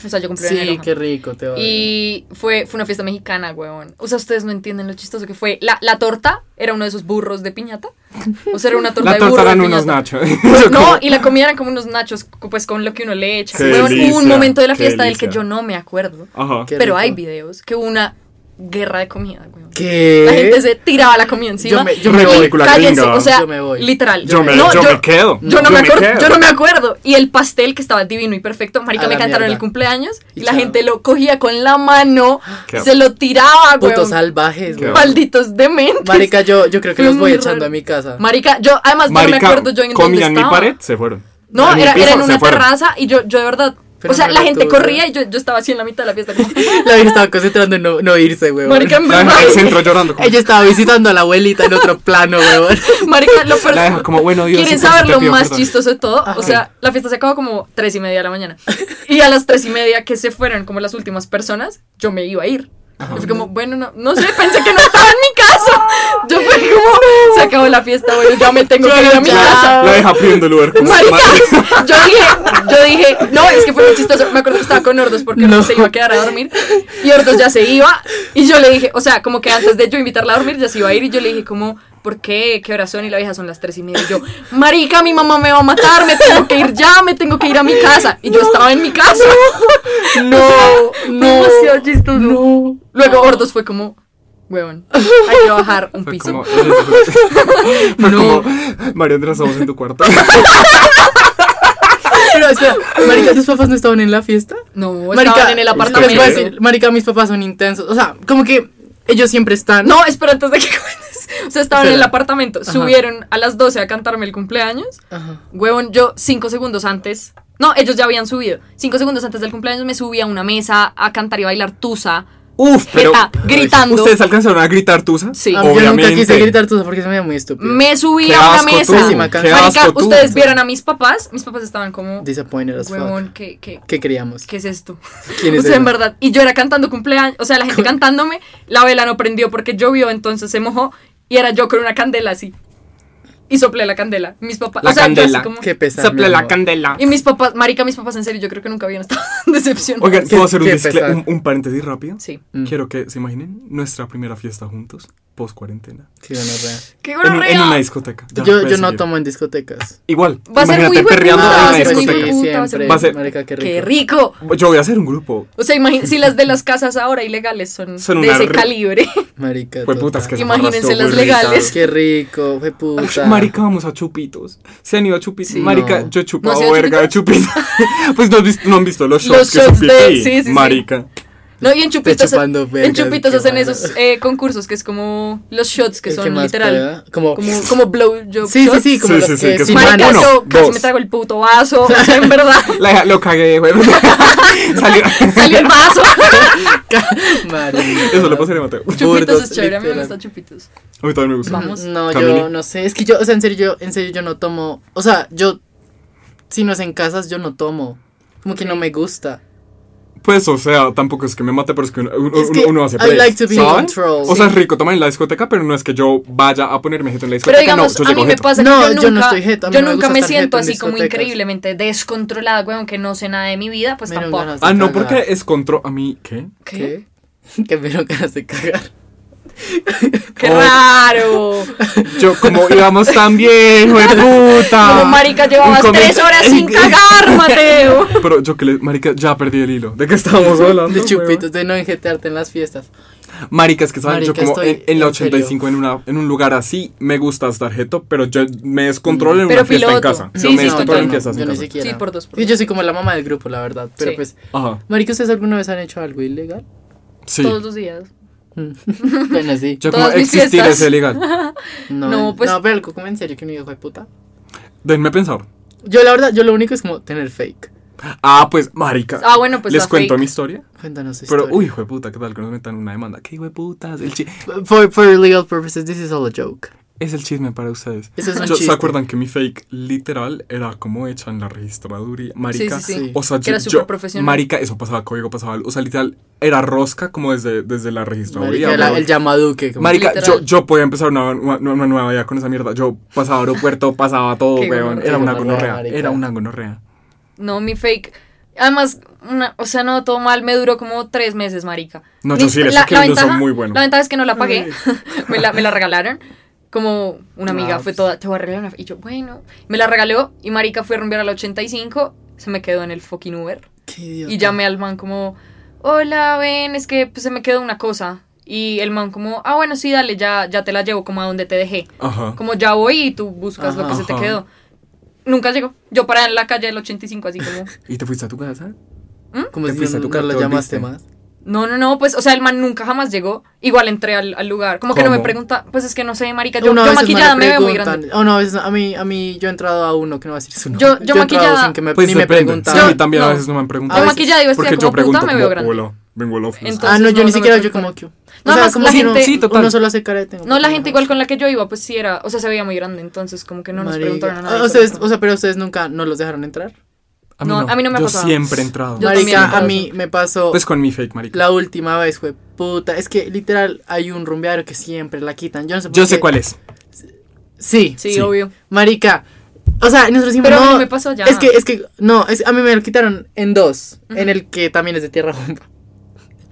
O sea, yo cumplí en enero. Sí, ajá. qué rico, te odio. Y fue, fue una fiesta mexicana, weón. O sea, ustedes no entienden lo chistoso que fue. La, la torta era uno de esos burros de piñata. O sea, era una torta La de burro. torta de eran unos piñata. nachos. No, y la comida eran como unos nachos, co- pues con lo que uno le echa. Qué Weón, hubo un delicia, momento de la qué fiesta del que delicia. yo no me acuerdo. Ajá. Qué pero rico. hay videos que hubo una guerra de comida, weón. ¿Qué? La gente se tiraba la comida encima. Yo me- yo me y voy, la cállense, gringa. o sea, Yo me voy. literal. Yo me, No, yo me quedo. yo no, me acuerdo, quedo. yo no me acuerdo. Y el pastel que estaba divino y perfecto, marica, A me la cantaron mierda. el cumpleaños y, Y la chao. gente lo cogía con la mano, Qué se lo tiraba, güey. Putos salvajes, Qué weón. Malditos dementes. Marica, yo, yo creo que Fue los voy muy echando raro. a mi casa. Marica, yo además yo no me Marica, acuerdo yo en dónde comían mi estaba. pared, se fueron. No, mi era, piso, era en se una fueron. terraza y yo, yo de verdad. Pero o sea, no la era gente tú, corría ¿verdad? y yo, yo estaba así en la mitad de la fiesta. Como, La vieja estaba concentrando en no, no irse, weón. marica, en La verdad. deja en el centro llorando. como- Ella estaba visitando a la abuelita en otro plano, weón. Marica, lo peor- La deja como, bueno, Dios, ¿Quieren entonces te saber lo pido más perdón. chistoso de todo? Ajá. O sea, la fiesta se acabó como tres y media de la mañana. Y a las tres y media que se fueron como las últimas personas, yo me iba a ir. Yo fui como, bueno, no, no sé, pensé que no estaba en mi casa. Yo fui como, se acabó la fiesta, bueno, ya me tengo que ir a mi Ya. casa. La deja abriendo el lugar. como, madre. Marica, yo dije, yo dije, no, es que fue muy chistoso. Me acuerdo que estaba con Ordos porque No. Ordos se iba a quedar a dormir y Ordos ya se iba. Y yo le dije, o sea, como que antes de yo invitarla a dormir ya se iba a ir. Y yo le dije, como, ¿por qué? ¿Qué hora son? Y la vieja son las tres y media. Y yo, Marica, mi mamá me va a matar, me tengo que ir ya, me tengo que ir a mi casa. Y yo estaba en mi casa. No, no. demasiado chistoso. No. Luego Ordos fue como, huevón, hay que bajar un Fue piso. como, fue como, María Andrés, estamos en tu cuarto. Pero espera, Marica, ¿tus papás no estaban en la fiesta? No, Marica, estaban en el apartamento. Les voy a decir, Marica, mis papás son intensos. O sea, como que ellos siempre están. No, espera, antes de que cuentes. O sea, estaban en el Espera. apartamento. Ajá. Subieron a las 12 a cantarme el cumpleaños. Ajá. Huevón, yo cinco segundos antes. No, ellos ya habían subido. Cinco segundos antes del cumpleaños me subí a una mesa a cantar y bailar tusa. Uf, pero. Jeta, gritando. ¿Ustedes alcanzaron a gritar tusa? Sí. Ah, Yo nunca Obviamente. quise gritar todo porque se me veía muy estúpido. Me subí Qué a una asco tú, mesa. qué Marica, asco tú. ustedes vieron a mis papás. Mis papás estaban como. Disappointed as fuck. Huevón, ¿qué, qué, ¿Qué queríamos? ¿qué es esto? ¿Quién es o sea, él? en verdad. Y yo era cantando cumpleaños. O sea, la gente cantándome. La vela no prendió porque llovió, entonces se mojó. Y era yo con una candela así. Y soplé la candela. Mis papás. La o sea, yo así candela. como- Qué pesar. Sopla mi la amor. candela. Y mis papás, marica, mis papás en serio, yo creo que nunca habían estado tan decepcionados. Oigan, ¿puedo hacer un, qué discle- pesar. un, un paréntesis rápido? Sí. Mm. Quiero que se imaginen nuestra primera fiesta juntos, post cuarentena. Sí, gonorrea. ¡Qué En, un- en gonorrea! una discoteca. Ya, Yo, puedes yo no seguir. tomo en discotecas. Igual. Va a ser imagínate muy hijo de perreando en puta, Ah, va a una ser muy discoteca. hijo de puta, va a ser siempre. muy Va a ser- Marica, qué rico. ¡Qué rico! Yo voy a hacer un grupo. O sea, imagín- si las de las casas ahora ilegales son, Son de una ese re- calibre. Marica. Pues putas total. que se Imagínense amarrasó, las muy rica. legales. Qué rico, fue puta. Ay, Marica, vamos a chupitos. Se han ido a chupitos. Sí. Marica, No. yo he chupado ¿No se han verga de chupitos. pues no, has visto- no han visto los Los shots que shots supiste de- ahí. sí, sí, sí. Marica. No, y en chupitos, chupando en vergas, chupitos qué hacen bueno. esos eh, concursos que es como los shots que El son más literal. pega, Como, Como, como blowjob Sí, sí, shots. sí, como Sí, los sí, sí, que que sin son- Marica, manos. Uno, yo casi dos. me trago el puto vaso. O sea, en verdad. La deja- lo cagué, güey. Salió. Salió el vaso. Marica. Eso le pasaré a Mateo. Chupitos es Burdos, chévere. A mí me literal. gusta chupitos. A mí también me gusta. Vamos. No, yo Camille. no sé. Es que yo, o sea, en serio, yo, en serio, yo no tomo. O sea, yo, si no es en casas, yo no tomo. Como que no me gusta. Pues, o sea, tampoco es que me mate, pero es que uno, uno- Es que uno hace I plays, like to be in ¿saben? control. O sea, Sí. es rico tomar en la discoteca, pero no es que yo vaya a ponerme jeto en la Pero discoteca. digamos, no, yo a llego mí me jeto. pasa No, que yo yo no nunca, estoy jeta, a mí yo no me nunca gusta me estar jeta siento en así como discotecas. increíblemente descontrolada, weón, que no sé nada de mi vida, pues Me dieron tampoco. ganas. Ah, no, Cagar. porque es control. A mí, ¿qué? ¿Qué? ¿Qué? Que me dieron ganas de cagar. ¡Qué Oh. raro! Yo, como íbamos tan bien, güey, puta. Como marica, llevabas Un comi- tres horas sin cagar, Mateo. Pero yo que le. Marica, ya perdí el hilo. ¿De qué estábamos hablando? De güey? chupitos, de no enjetearte en las fiestas. Maricas que saben, yo Marica, como en, estoy en la en serio. 85 en, una, en un lugar así, me gusta estar jeto, pero yo me descontrolo en Pero una fiesta en piloto. casa. Sí, yo sí, me sí, descontrolo en total. fiestas yo en ni casa. siquiera. Sí, por dos, por Sí, dos. Yo soy como la mamá del grupo, la verdad. Pero Sí. pues, Ajá. Marica, ¿ustedes alguna vez han hecho algo ilegal? Sí. Todos los días. Mm. bueno, sí. Yo como Todas mis existir fiestas. es ilegal. No, No, pues- no, pero algo como en serio que un hijo de puta. Denme pensar. Yo la verdad, yo lo único es como tener fake. Ah, pues, marica. Ah, bueno, pues ¿Les la cuento fake. mi historia? Cuéntanos Pero, historia. uy, hijo de puta, ¿qué tal que nos metan una demanda? ¿Qué hijo de putas? El chi- For, for legal purposes, this is all a joke. es el chisme para ustedes. Eso es un Yo- ¿Se chiste. acuerdan que mi fake literal era como hecha en la registraduría? Marica. Sí, sí, sí. O sea, yo, Que era yo- superprofesional. Marica, eso pasaba código, pasaba. O sea, literal, era rosca como desde, desde la registraduría. Marica, la- weón. el llamaduque. como- Marica, yo, Literal. yo podía empezar una, una- una nueva vida con esa mierda. Yo pasaba aeropuerto, pasaba todo, Qué weón. gonorrea, Era una gonorrea, gonorrea. marica. Era una gonorrea. No, mi fake. Además, una- o sea, no, todo mal, me duró como tres meses, marica. No, Ni- yo sí, les sé que ellos son muy buenos. La ventaja es que no la pagué, me, la, me la regalaron. Como una amiga Ah, fue pues. toda, te voy a regalar una. Y yo, bueno, me la regaló y marica fue a rumbear a la 85, se me quedó en el fucking Uber. Qué idiota. Y llamé al man como, hola, ven, es que pues, se me quedó una cosa. Y el man como, ah, bueno, sí, dale, ya, ya te la llevo como a donde te dejé. Ajá. Como ya voy y tú buscas lo que se te Ajá. quedó. Nunca llegó. Yo paré en la calle del 85, así como... ¿Y te fuiste a tu casa? Como Te si fuiste no, a tu no la cartón, llamaste ¿viste? más. No, no, no, pues, o sea, el man nunca jamás llegó. Igual entré al, al lugar. Como que no ¿Cómo? me pregunta, pues es que no sé, marica, yo, Uno a yo veces no le maquillada me veo muy preguntan. grande. Oh, no, a veces no. a mí, a mí yo he entrado a uno que no va a decir su nombre. Yo- yo he entrado maquillada- sin que me, Pues ni me depende. Sí, a mí preguntaron. también a No. veces no me A han Yo preguntado. veces. maquillada y vestida Porque yo como pregunto puta me veo como, grande. hola, vengo al office. Entonces- Ah, no, yo no, ni no siquiera me yo como que... O No, sea, más como la si no- gente- Sí, total. uno solo hace cara de tengo No, la pendejo. gente igual con la que yo iba, pues sí era, o sea, se veía muy grande, entonces como que no nos Marica. preguntaron a nadie. Ah, ustedes- sobre o todo. sea, pero ustedes nunca no los dejaron entrar. no, a mí no me ha yo pasado. siempre he entrado. Yo también marica, nunca a los mí me pasó Pues con mi fake, marica. la última vez, fue puta. Es que literal hay un rumbeadero que siempre la quitan. Yo no sé por Yo sé qué. cuál es. Sí, sí, sí. obvio. marica. O sea, nosotros dijimos, Pero a mí no, me pasó ya. Es que, es que, no, es- a mí me lo quitaron en dos, en el que también es de tierra bomba.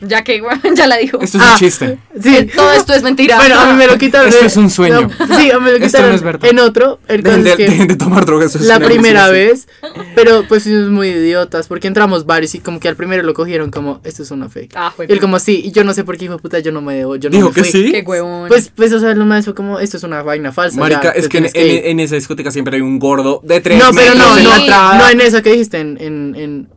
Ya que, bueno, ya la dijo. Esto es Ah. un chiste. Sí, Todo esto es mentira. Bueno, a mí me lo quitaron. Esto en- es un sueño. no, sí, a mí me lo Esto quitaron no es verdad. en otro. El caso Dejen de, es que dejen de tomar drogas. eso es la una primera alucinación. vez, pero pues fuimos muy idiotas porque entramos varios y como que al primero lo cogieron como, esto es una fake. Ah, jue- Y él como, sí, y yo no sé por qué hijo de puta, yo no me debo, yo no Dijo me que fui". sí. Qué huevón. Pues, pues, o sea, lo más fue como, esto es una vaina falsa. Marica, ya, es te que en, tienes que ir". en- en esa discoteca siempre hay un gordo de tres No, pero no, metros en la no, entrada. no en eso que dijiste, en, en, en-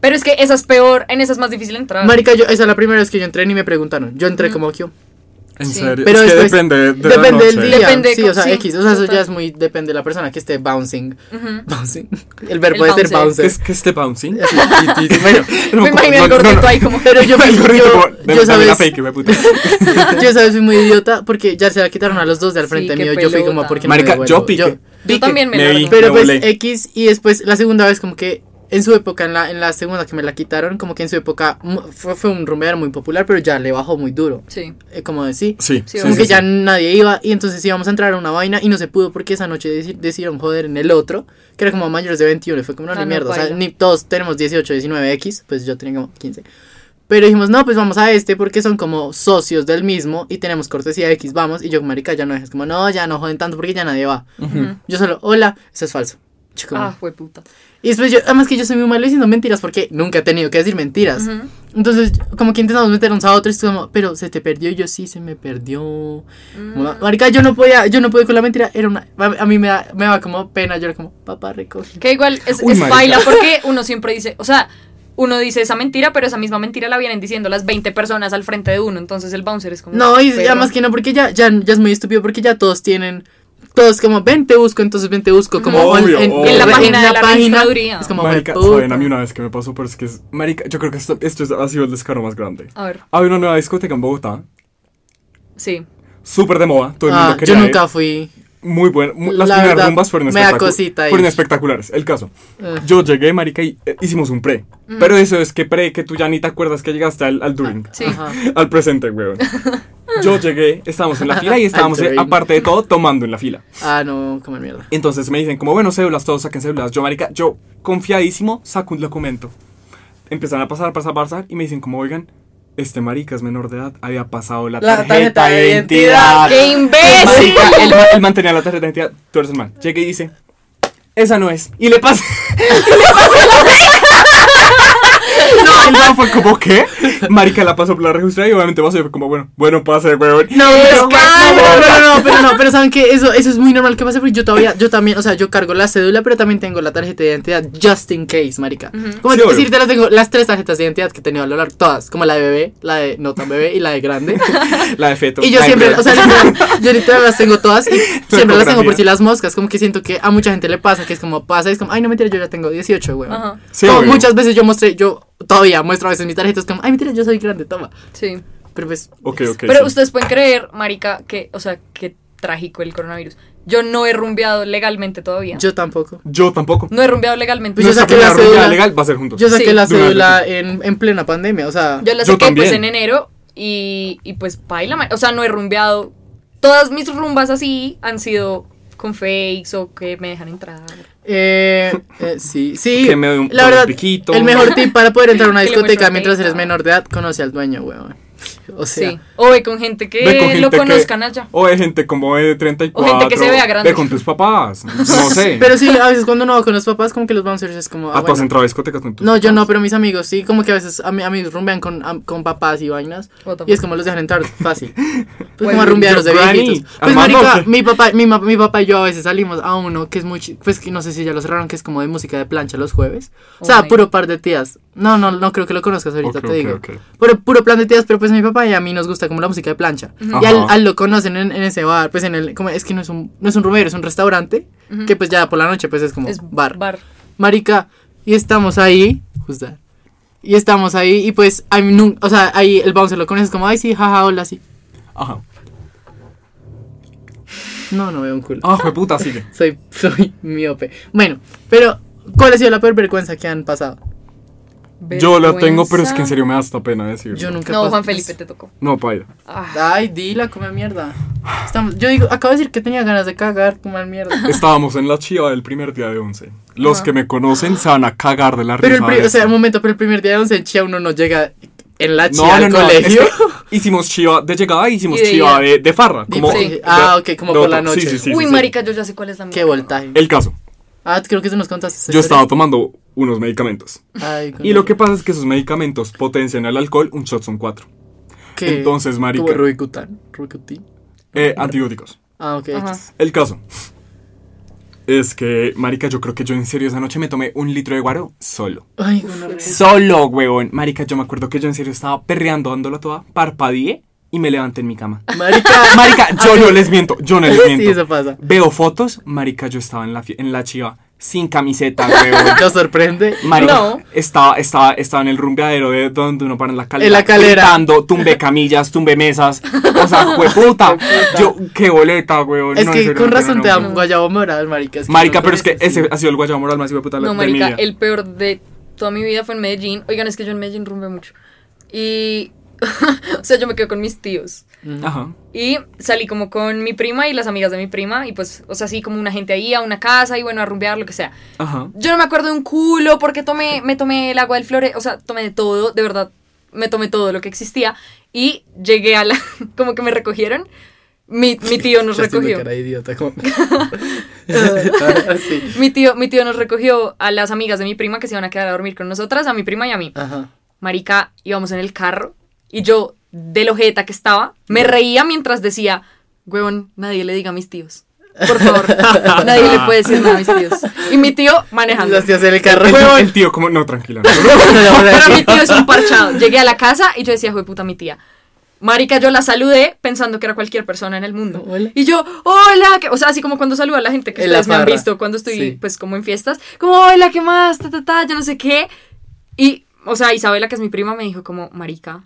Pero es que esa es peor, en esa es más difícil entrar. Marica, yo, esa es la primera vez que yo entré ni me preguntaron, yo Mm. entré como yo. En Sí. serio. Pero es que después- depende de, de la depende del noche. día, Depende sí, co- o sea, sí, X, o sea, eso total. ya es muy, depende de la persona que esté bouncing, Ujú. bouncing, el verbo El es ser bouncer. ¿Qué bouncer. es que este bouncing? bueno, Me imagino el gordito ahí como... pero yo, El yo, gorrito como, yo, dame- dame la sabes, fake, hijo de puta. yo sabes, fui muy idiota porque ya se la quitaron a los dos de al Sí, frente qué mío, yo fui como, pelota. ¿por qué no me Marica, devuelvo? yo pique. pique. también me di, largo. Pero pues volé. X y después la segunda vez como que en su época, en la, en la segunda que me la quitaron, como que en su época mu- fue, fue un rumbear muy popular, pero ya le bajó muy duro, Sí. eh, como decir. Sí, Sí, sí, como sí, que sí. ya nadie iba y entonces íbamos a entrar a una vaina y no se pudo porque esa noche deci- decidieron joder en el otro, que era como mayores de 21 y fue como no, Ah, ni no, mierda, o sea, baila. ni todos tenemos 18, 19 X, pues yo tenía como 15. Pero dijimos, no, pues vamos a este porque son como socios del mismo y tenemos cortesía X, vamos. Y yo, marica, ya no dejes como, no, ya no joden tanto porque ya nadie va. Ujú. Yo solo, hola, eso es falso. Yo como, Ah, fue puta. y después yo, además que yo soy muy malo diciendo mentiras porque nunca he tenido que decir mentiras. Ujú. Entonces, como que intentamos meternos a otro y es como, pero se te perdió. Y yo sí, se me perdió. Como, Mm. Marica, yo no podía, yo no pude con la mentira. Era una, a, a mí me da, me daba como pena. Yo era como, papá, recoge. Que igual es, Uy, es marica. paila porque uno siempre dice, o sea, uno dice esa mentira, pero esa misma mentira la vienen diciendo las 20 personas al frente de uno, entonces el bouncer es como... No, y perro. además que no, porque ya, ya, ya es muy estúpido porque ya todos tienen. Todos como, ven, te busco, entonces ven, te busco. Como Ujú. en- Obvio, en, obvio. En la página de la página. registraduría. Es como, Marica, "Jueputa". saben, a mí una vez que me pasó, pero es que es. Marica, yo creo que esto, esto es- ha sido el descaro más grande. A ver, Había una nueva discoteca en Bogotá, sí. súper de moda, todo el mundo Ah, quería yo nunca ir. fui. Muy buena, muy- las La primeras verdad, rumbas fueron, me da espectacu- cosita ir. fueron espectaculares. El caso, Ah. Mm. yo llegué, marica, y eh, hicimos un pre. Pero eso es que pre, que tú ya ni te acuerdas que llegaste al, al during. Sí. Ajá. Al presente, weón. Yo llegué, estábamos en la fila y estábamos, Al eh, during. aparte de todo, tomando en la fila. Ah, no, comer mierda. Entonces me dicen, como bueno, cédulas, todos saquen cédulas. Yo, marica, yo confiadísimo, saco un documento. Empezaron a pasar, pasar, pasar y me dicen, como oigan, este marica es menor de edad, había pasado la, La tarjeta, tarjeta de de identidad. ¡Qué imbécil! Marica, él, ma- él mantenía la tarjeta de identidad, tú eres el man. Llegué y dice, esa no es. Y le pasé. No, no, fue como, ¿qué? Marica la pasó por la registrada y obviamente pasó y fue como, bueno, bueno, pase, weón. No, pero, Escándalo. no, no, no, no, pero no, pero saben que eso, eso es muy normal que pase porque yo todavía, yo también, o sea, yo cargo la cédula, pero también tengo la tarjeta de identidad just in case, marica. Como Sí, te- obvio. decirte, las tengo las tres tarjetas de identidad que he tenido a lo largo, todas, como la de bebé, la de no tan bebé y la de grande. La de feto. Y yo Ay, siempre, pero- o sea, literal, yo literal las tengo todas y siempre las tengo por ecografía. si las moscas, como que siento que a mucha gente le pasa, que es como pasa y es como, ay, no mentira, yo ya tengo 18, güey. Ajá. Sí, Como güey. muchas veces yo mostré, yo todavía muestro a veces mis tarjetas como, ay, mentira, yo soy grande, toma. Sí. Pero pues, Ok, ok. Pero sí. ustedes pueden creer, marica, que, o sea, que trágico el coronavirus. Yo no he rumbeado legalmente todavía. yo tampoco. Yo tampoco. no he rumbeado legalmente. Pues yo Yo, Nuestra saqué la primera rumba cédula. legal va a ser juntos. Yo saqué Sí. la De una cédula en, en plena pandemia, o sea, la yo saqué pues también. en enero y, y pues baila, o sea, no he rumbeado. Todas mis rumbas así han sido con fakes o que me dejan entrar. eh, eh, sí, sí. Que me doy un- la un verdad, piquito. el mejor tip para poder entrar a una Que le discoteca muestro mientras eres teta. menor de edad, conoce al dueño, weón. O sea, Sí. O ve con gente que Ve con gente Eh, lo que- conozcan allá. O de gente como de 34. O gente que se vea grande. Ve con tus papás. No sé. pero sí, a veces cuando uno va con los papás, como que los bouncers es como, ah, Ah, tú has bueno. entrado a discotecas con tus No, yo papás. no, pero mis amigos sí, como que a veces a mi- amigos rumbean con, am- con papás y vainas. What the Y es fuck. como los dejan entrar fácil. Pues Bueno, como a rumbear yo, los de Granny, viejitos. Pues Armando, marica, ¿qué? mi papá, mi, ma- mi papá y yo a veces salimos a uno que es muy chi- pues que no sé si ya lo cerraron, que es como de música de plancha los jueves. O Oh sea, my puro par de tías. No, no, no creo que lo conozcas ahorita, Ok, te ok, digo. ok. Pero puro plan de tías, pero pues mi papá y a mí nos gusta como la música de plancha. Y al, Ajá. al lo conocen en, en ese bar, pues en el, como es que no es un, no es un rumbero, es un restaurante, que pues ya por la noche pues es como Es bar. bar. Marica, y estamos ahí, justa. Y estamos ahí, y pues, a mí nun- o sea, ahí el bouncer lo conoces como, ay, sí, jaja, hola, sí. Ajá. No, no veo un culo. Ah, puta, sigue. Soy, soy miope. Bueno, pero, ¿cuál ha sido la peor vergüenza que han pasado? Yo la tengo, pero es que en Vergüenza. serio me da hasta pena decir. Yo nunca No, pas- Juan Felipe, te tocó. No, paila. Ah. Ay, dila, come mierda. Estamos, yo digo, acabo de decir que tenía ganas de cagar, comer mierda. Estábamos en la chiva del primer día de once. Los que me conocen se van a cagar de la Pero el, risa. pri- de o sea, esto. un momento, pero el primer día de once en Chía uno no llega en la Chía no, al no, no, colegio. es que hicimos chiva de llegada y hicimos Y de chiva ida. de, de farra. Como, Sí. Ah, ok, de- como de por otra- la noche. Sí, sí, sí, Uy, sí, sí. marica, yo ya sé cuál es la mía. Qué voltaje. El caso, Ah, creo que eso nos contaste. esa yo estaba historia. tomando unos medicamentos. Ay, Y lo que pasa es que esos medicamentos potencian el alcohol, un shot son cuatro. ¿Qué? Entonces, marica. Como Rubicután, Rubicutín. Eh, antibióticos. Ah, ok. Ajá. El caso es que, marica, yo creo que yo en serio esa noche me tomé un litro de guaro solo. Ay, gonorrea. Solo, huevón. Marica, yo me acuerdo que yo en serio estaba perreando dándolo toda, parpadeé y me levanté en mi cama. Marica, Marica, yo no les miento, yo no les Sí, miento. eso pasa. Veo fotos, marica, yo estaba en la, fie- en la chiva sin camiseta, huevón. ¿te sorprende? Marica, No. estaba, estaba, estaba en el rumbeadero de donde uno para en la calera. En la calera. gritando, tumbé camillas, tumbé mesas. O sea, hueputa. Yo, qué boleta, huevón. Es No, en que serio, con no, razón no, te no. dan guayabo moral, marica. Es que Marica, no pero es que mereces, ese sí. ha sido el guayabo moral más hijo de puta de la- No, de marica, mi vida. el peor de toda mi vida fue en Medellín. Oigan, es que yo en Medellín rumbe mucho. Y, o sea, yo me quedo con mis tíos. Ajá. Y salí como con mi prima y las amigas de mi prima. Y pues, o sea, así como una gente ahí, a una casa y bueno, a rumbear, lo que sea. Ajá. Yo no me acuerdo de un culo porque tomé, me tomé el agua del flore, o sea, tomé de todo, de verdad, me tomé todo lo que existía. Y llegué a la, como que me recogieron. Mi, mi tío nos Yo haciendo recogió. cara de idiota, como- Ah, sí. Mi tío, mi tío nos recogió a las amigas de mi prima que se iban a quedar a dormir con nosotras, a mi prima y a mí. Ajá. Marica, íbamos en el carro y yo, de lo jeta que estaba, me reía mientras decía, huevón, nadie le diga a mis tíos. Por favor, nadie le puede decir nada a mis tíos. Y mi tío manejando. Las tías en el carro. El, huevón. el tío como, no, tranquila. no, no. Pero mi tío es un parchado. Llegué a la casa y yo decía, jue puta, mi tía. Marica, yo la saludé pensando que era cualquier persona en el mundo. Hola. Y yo, hola, que- o sea, así como cuando saludo a la gente que En la ustedes me han farra. visto cuando estoy, Sí. pues, como en fiestas, como, hola, ¿qué más? Ta, ta, ta, yo no sé qué. Y, o sea, Isabela, que es mi prima, me dijo como, marica,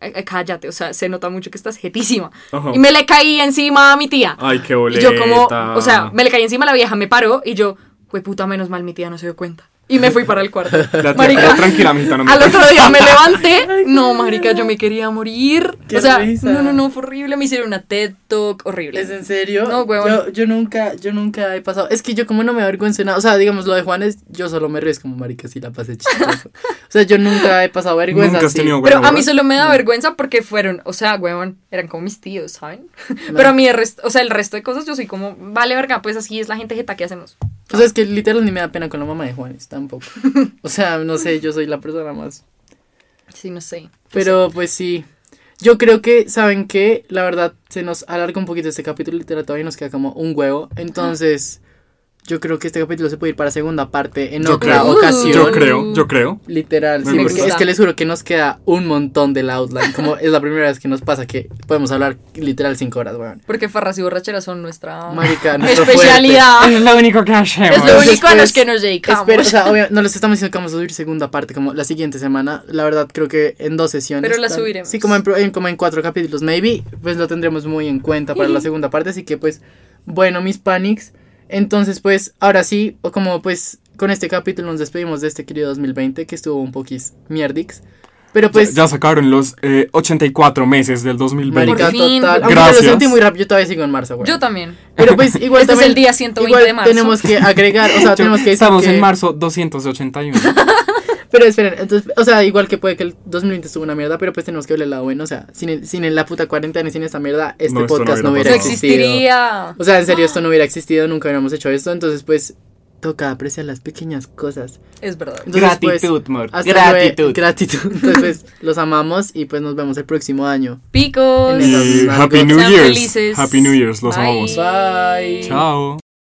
eh, eh, cállate, o sea, se nota mucho que estás jetísima. Ajá. Y me le caí encima a mi tía. Ah, Ay, qué Y yo como, boleta. o sea, me le caí encima la vieja, me paró y yo, fue puta, menos mal mi tía no se dio cuenta. Y me fui para el cuarto. La tía, Marica, "No, tranquila, mijita, no me Al otro cuentes". día me levanté. No, marica, yo me quería morir. Qué o sea, risa. no, no, no, fue horrible. Me hicieron una TED Talk horrible. ¿Es en serio? No, huevón. Yo, yo nunca, yo nunca he pasado. Es que yo como no me avergüenzo de nada. O sea, digamos lo de Juanes, yo solo me río es como marica si la pasé chistoso. o sea, yo nunca he pasado vergüenza. Nunca has así. tenido Pero buena a mí moral. solo me da vergüenza porque fueron, o sea, huevón, eran como mis tíos, ¿saben? Pero a mí, el resto, o sea, el resto de cosas yo soy como, vale, verga, pues así es la gente jeta, ¿qué hacemos? Pues es que literal ni me da pena con la mamá de Juanes, tampoco. O sea, no sé, yo soy la persona más. Sí, no sé. Pero pues sí. Yo creo que, ¿saben qué? La verdad, se nos alarga un poquito este capítulo literal, todavía nos queda como un huevo. Entonces, yo creo que este capítulo se puede ir para segunda parte en Yo otra creo, ocasión. yo creo, yo creo. Literal, Me sí, porque gusta. es que les juro que nos queda un montón del outline. Como es la primera vez que nos pasa que podemos hablar literal cinco horas, weón. Porque farras y borracheras son nuestra Marica, nuestro fuerte. especialidad. lo único que hacemos. Es lo Entonces, único a los pues, que nos dedicamos. Espero, o sea, obvio, no les estamos diciendo que vamos a subir segunda parte como la siguiente semana. La verdad, creo que en dos sesiones. Pero la tal- subiremos. Sí, como en, pro- en- como en cuatro capítulos, maybe. Pues lo tendremos muy en cuenta para la segunda parte. Así que, pues, bueno, mis panics. Entonces, pues, ahora sí, o como pues con este capítulo nos despedimos de este querido 2020 que estuvo un poquis mierdix. Pero pues. ya sacaron los eh, 84 meses del 2020. Marica, Por fin. total. Aunque Gracias. lo sentí muy rápido, yo todavía sigo en marzo, güey. Yo también. Pero pues igual Este es también- el día 120 igual de marzo. tenemos que agregar, o sea, tenemos que decir Estamos que- en marzo 281. Pero esperen, entonces, o sea, igual que puede que el 2020 estuvo una mierda, pero pues tenemos que ver el lado bueno, o sea, sin, el- sin el- la puta cuarentena y sin esta mierda, este No, esto no podcast no hubiera, hubiera No pasado. existido. existiría. O sea, en serio, esto no hubiera existido, nunca hubiéramos hecho esto, entonces pues toca apreciar las pequeñas cosas. Es verdad. Entonces, pues, Mor. hasta luego, gratitud. Entonces, pues, los amamos y pues nos vemos el próximo año. Picos. En el- Y Sean Happy New Sean Year's. felices. Happy New Year's, los Bye. amamos. Bye. Chao.